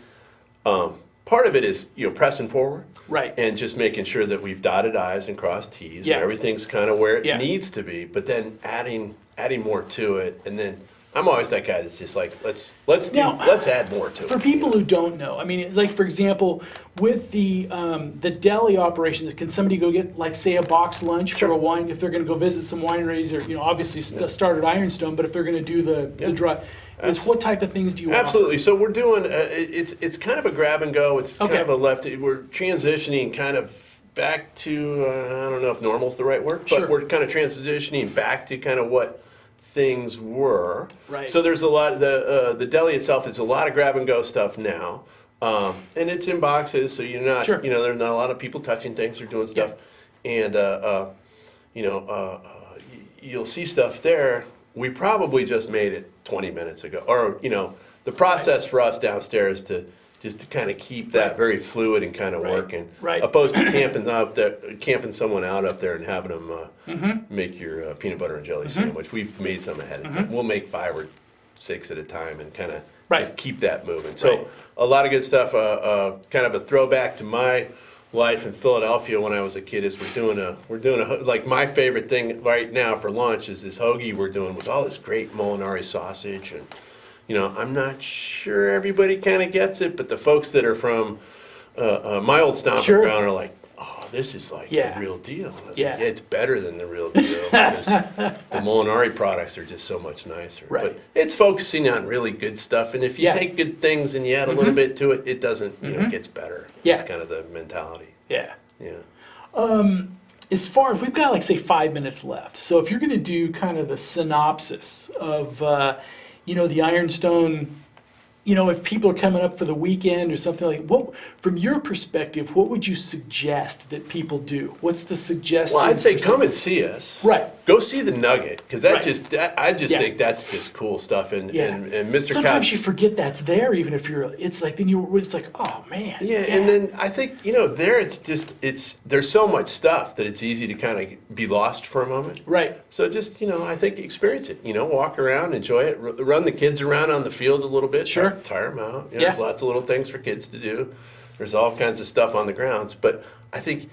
[SPEAKER 2] um, part of it is you know pressing forward
[SPEAKER 1] Right.
[SPEAKER 2] and just making sure that we've dotted i's and crossed t's
[SPEAKER 1] Yeah.
[SPEAKER 2] and everything's kind of where it
[SPEAKER 1] Yeah.
[SPEAKER 2] needs to be but then adding adding more to it and then I'm always that guy that's just like let's let's do
[SPEAKER 1] Now-
[SPEAKER 2] let's add more to
[SPEAKER 1] For
[SPEAKER 2] it
[SPEAKER 1] people who don't know, I mean, like for example, with the um, the deli operations, can somebody go get like say a box lunch for a wine if they're going to go visit some wineries or you know obviously st- start at Ironstone, but if they're going to do the
[SPEAKER 2] Yeah.
[SPEAKER 1] the dry, it's
[SPEAKER 2] Abs-
[SPEAKER 1] what type of things do you want?
[SPEAKER 2] Absolutely. So we're doing uh, it- it's it's kind of a grab and go. It's
[SPEAKER 1] Okay.
[SPEAKER 2] kind of a left. We're transitioning kind of back to uh, I don't know if normal's the right word, but
[SPEAKER 1] Sure.
[SPEAKER 2] we're kind of transitioning back to kind of what things were.
[SPEAKER 1] Right.
[SPEAKER 2] So there's a lot of the uh, the deli itself is a lot of grab and go stuff now, um, and it's in boxes, so you're not
[SPEAKER 1] Sure.
[SPEAKER 2] you know there's not a lot of people touching things or doing stuff, and uh, uh, you know uh, uh, y- you'll see stuff there. We probably just made it 20 minutes ago, or you know the process for us downstairs to just to kind of keep that
[SPEAKER 1] Right.
[SPEAKER 2] very fluid and kind of
[SPEAKER 1] Right.
[SPEAKER 2] working,
[SPEAKER 1] Right.
[SPEAKER 2] opposed to camping up there, camping someone out up there and having them uh,
[SPEAKER 1] Mm-hmm.
[SPEAKER 2] make your uh, peanut butter and jelly sandwich. We've made some ahead of time. We'll make five or six at a time and kind of
[SPEAKER 1] Right.
[SPEAKER 2] just keep that moving. So
[SPEAKER 1] Right.
[SPEAKER 2] a lot of good stuff. Uh, uh, kind of a throwback to my life in Philadelphia when I was a kid is we're doing a we're doing a ho- like my favorite thing right now for lunch is this hoagie we're doing with all this great Molinari sausage and you know I'm not sure everybody kind of gets it, but the folks that are from uh, uh, my old stomping
[SPEAKER 1] Sure.
[SPEAKER 2] ground are like. Oh, this is like
[SPEAKER 1] Yeah.
[SPEAKER 2] the real deal. I was like,
[SPEAKER 1] Yeah.
[SPEAKER 2] yeah, it's better than the real deal
[SPEAKER 1] (laughs)
[SPEAKER 2] because the Molinari products are just so much nicer.
[SPEAKER 1] Right.
[SPEAKER 2] But it's focusing on really good stuff, and if you
[SPEAKER 1] Yeah. Mm-hmm.
[SPEAKER 2] take good things and you add a little bit to it, it doesn't, you know, it gets better.
[SPEAKER 1] Yeah.
[SPEAKER 2] It's kind of the mentality.
[SPEAKER 1] Yeah.
[SPEAKER 2] Yeah.
[SPEAKER 1] As far as we've got like say five minutes left, so if you're going to do kind of the synopsis of uh, you know the Ironstone. You know, if people are coming up for the weekend or something like, what, from your perspective, what would you suggest that people do? What's the suggestion?
[SPEAKER 2] Well, I'd say
[SPEAKER 1] for
[SPEAKER 2] come and see us.
[SPEAKER 1] Right.
[SPEAKER 2] Go see the Nugget because that
[SPEAKER 1] Right.
[SPEAKER 2] just that, I just
[SPEAKER 1] Yeah.
[SPEAKER 2] think that's just cool stuff. And
[SPEAKER 1] Yeah.
[SPEAKER 2] and, and Mr.
[SPEAKER 1] Sometimes
[SPEAKER 2] Couch-
[SPEAKER 1] you forget that's there, even if you're. It's like then you. It's like, oh man.
[SPEAKER 2] Yeah, and then I think you know there it's just it's there's so much stuff that it's easy to kind of be lost for a moment.
[SPEAKER 1] Right.
[SPEAKER 2] So just you know, I think experience it. You know, walk around, enjoy it, r- run the kids around on the field a little bit.
[SPEAKER 1] Sure.
[SPEAKER 2] ti- tire them out. You know,
[SPEAKER 1] Yeah.
[SPEAKER 2] There's lots of little things for kids to do. There's all kinds of stuff on the grounds, but I think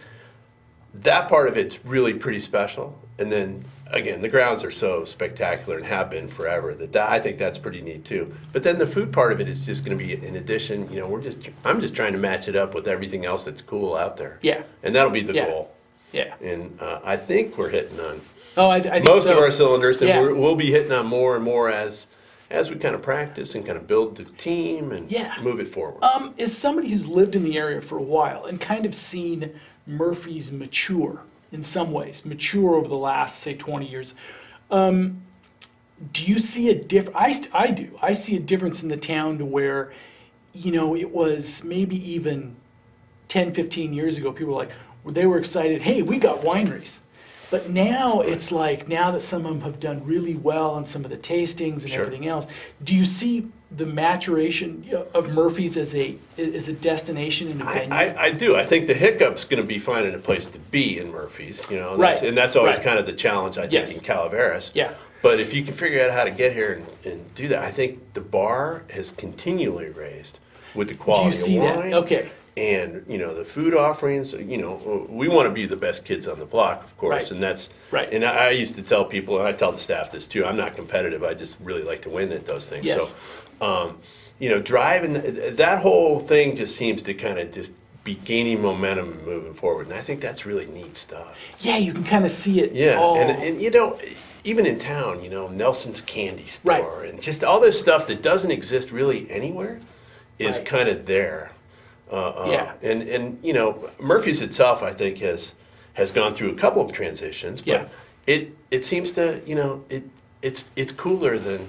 [SPEAKER 2] that part of it's really pretty special. And then again, the grounds are so spectacular and have been forever that, that I think that's pretty neat too. But then the food part of it is just going to be in addition. You know, we're just I'm just trying to match it up with everything else that's cool out there.
[SPEAKER 1] Yeah.
[SPEAKER 2] and that'll be the
[SPEAKER 1] Yeah.
[SPEAKER 2] goal.
[SPEAKER 1] Yeah.
[SPEAKER 2] And uh, I think we're hitting on
[SPEAKER 1] Oh, I, I think
[SPEAKER 2] most
[SPEAKER 1] so.
[SPEAKER 2] of our cylinders, and
[SPEAKER 1] Yeah.
[SPEAKER 2] we're, we'll be hitting on more and more as as we kind of practice and kind of build the team and
[SPEAKER 1] Yeah.
[SPEAKER 2] move it forward.
[SPEAKER 1] Um, is somebody who's lived in the area for a while and kind of seen Murphy's mature in some ways, mature over the last say 20 years. Um, do you see a diff? I, st- I do. I see a difference in the town to where, you know, it was maybe even 10, 15 years ago. People were like, they were excited. Hey, we got wineries. But now it's like now that some of them have done really well on some of the tastings and
[SPEAKER 2] Sure.
[SPEAKER 1] everything else. Do you see the maturation you know, of Murphy's as a as a destination and a
[SPEAKER 2] I,
[SPEAKER 1] venue?
[SPEAKER 2] I, I do. I think the hiccup's going to be finding a place to be in Murphy's, you know, and, that's,
[SPEAKER 1] Right,
[SPEAKER 2] and that's always
[SPEAKER 1] right.
[SPEAKER 2] kind of the challenge I think
[SPEAKER 1] Yes.
[SPEAKER 2] in Calaveras.
[SPEAKER 1] Yeah.
[SPEAKER 2] But if you can figure out how to get here and, and do that, I think the bar has continually raised with the quality
[SPEAKER 1] see
[SPEAKER 2] of
[SPEAKER 1] that?
[SPEAKER 2] wine.
[SPEAKER 1] Okay.
[SPEAKER 2] And you know the food offerings. You know we want to be the best kids on the block, of course,
[SPEAKER 1] Right.
[SPEAKER 2] and that's
[SPEAKER 1] Right.
[SPEAKER 2] And I, I used to tell people, and I tell the staff this too. I'm not competitive. I just really like to win at those things.
[SPEAKER 1] Yes.
[SPEAKER 2] So, um, you know, driving th- that whole thing just seems to kind of just be gaining momentum and moving forward, and I think that's really neat stuff.
[SPEAKER 1] yeah, you can kind of see it.
[SPEAKER 2] Yeah,
[SPEAKER 1] all.
[SPEAKER 2] and, and you know, even in town, you know, Nelson's Candy Store
[SPEAKER 1] Right.
[SPEAKER 2] and just all this stuff that doesn't exist really anywhere is
[SPEAKER 1] Right.
[SPEAKER 2] kind of there. Uh, uh,
[SPEAKER 1] Yeah.
[SPEAKER 2] And and you know, Murphy's itself, I think, has has gone through a couple of transitions, but
[SPEAKER 1] Yeah.
[SPEAKER 2] it it seems to you know it it's it's cooler than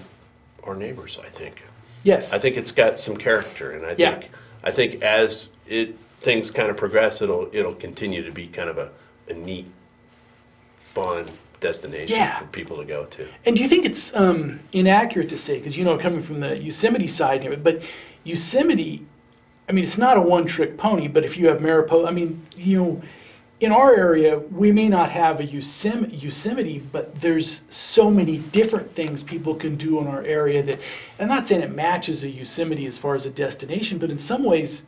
[SPEAKER 2] our neighbors, I think.
[SPEAKER 1] yes,
[SPEAKER 2] I think it's got some character, and I
[SPEAKER 1] Yeah.
[SPEAKER 2] think I think as it things kind of progress, it'll it'll continue to be kind of a, a neat, fun destination
[SPEAKER 1] Yeah.
[SPEAKER 2] for people to go to.
[SPEAKER 1] And do you think it's um, inaccurate to say, because you know, coming from the Yosemite side here, but Yosemite, I mean, it's not a one-trick pony. But if you have Mariposa, I mean, you know, in our area, we may not have a Yosem- Yosemite, but there's so many different things people can do in our area that, and I'm not saying it matches a Yosemite as far as a destination, but in some ways.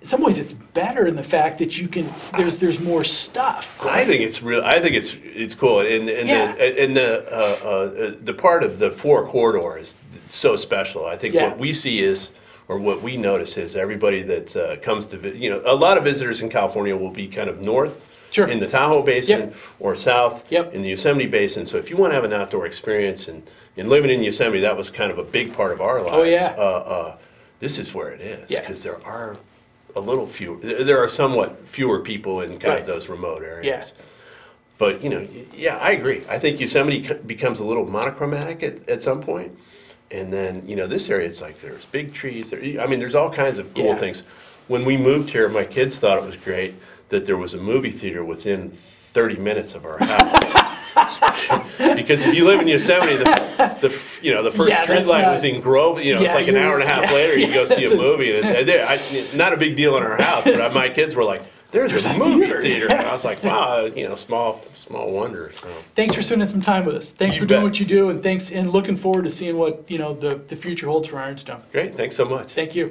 [SPEAKER 1] In some ways, it's better in the fact that you can. There's there's more stuff.
[SPEAKER 2] I think it's real. I think it's it's cool, and and
[SPEAKER 1] Yeah.
[SPEAKER 2] the and the uh, uh, the part of the four corridor is so special. I think
[SPEAKER 1] Yeah.
[SPEAKER 2] what we see is. Or what we notice is everybody that uh, comes to, vi- you know, a lot of visitors in California will be kind of north
[SPEAKER 1] Sure.
[SPEAKER 2] in the Tahoe Basin
[SPEAKER 1] Yep.
[SPEAKER 2] or south
[SPEAKER 1] Yep.
[SPEAKER 2] in the Yosemite Basin. So if you want to have an outdoor experience and, and living in Yosemite, that was kind of a big part of our lives.
[SPEAKER 1] Oh, yeah.
[SPEAKER 2] Uh, uh, this is where it is
[SPEAKER 1] Yeah.
[SPEAKER 2] because there are a little few, there there are somewhat fewer people in kind
[SPEAKER 1] Right.
[SPEAKER 2] of those remote areas.
[SPEAKER 1] Yeah.
[SPEAKER 2] But you know, y- yeah, I agree. I think Yosemite c- becomes a little monochromatic at, at some point, and then you know, this area it's like there's big trees. There, I mean, there's all kinds of cool
[SPEAKER 1] Yeah.
[SPEAKER 2] things. When we moved here, my kids thought it was great that there was a movie theater within 30 minutes of our house. (laughs) because if you live in Yosemite, the, the f- you know the first
[SPEAKER 1] Yeah,
[SPEAKER 2] street
[SPEAKER 1] that's
[SPEAKER 2] light
[SPEAKER 1] not-
[SPEAKER 2] was in Grove. You know, it's
[SPEAKER 1] Yeah,
[SPEAKER 2] like an
[SPEAKER 1] you're-
[SPEAKER 2] hour and a half
[SPEAKER 1] yeah,
[SPEAKER 2] later, you
[SPEAKER 1] yeah,
[SPEAKER 2] go see
[SPEAKER 1] that's
[SPEAKER 2] a
[SPEAKER 1] a-
[SPEAKER 2] movie. And it- there, I, not a big deal in our house, but I- my kids were like, "There's, a, movie
[SPEAKER 1] theater."
[SPEAKER 2] theater." And I was like, "Wow, you know, small, small wonder." So
[SPEAKER 1] thanks for spending some time with us. Thanks
[SPEAKER 2] You
[SPEAKER 1] for doing
[SPEAKER 2] bet.
[SPEAKER 1] what you do, and thanks and looking forward to seeing what you know the, the future holds for Ironstone.
[SPEAKER 2] great, thanks so much.
[SPEAKER 1] Thank you.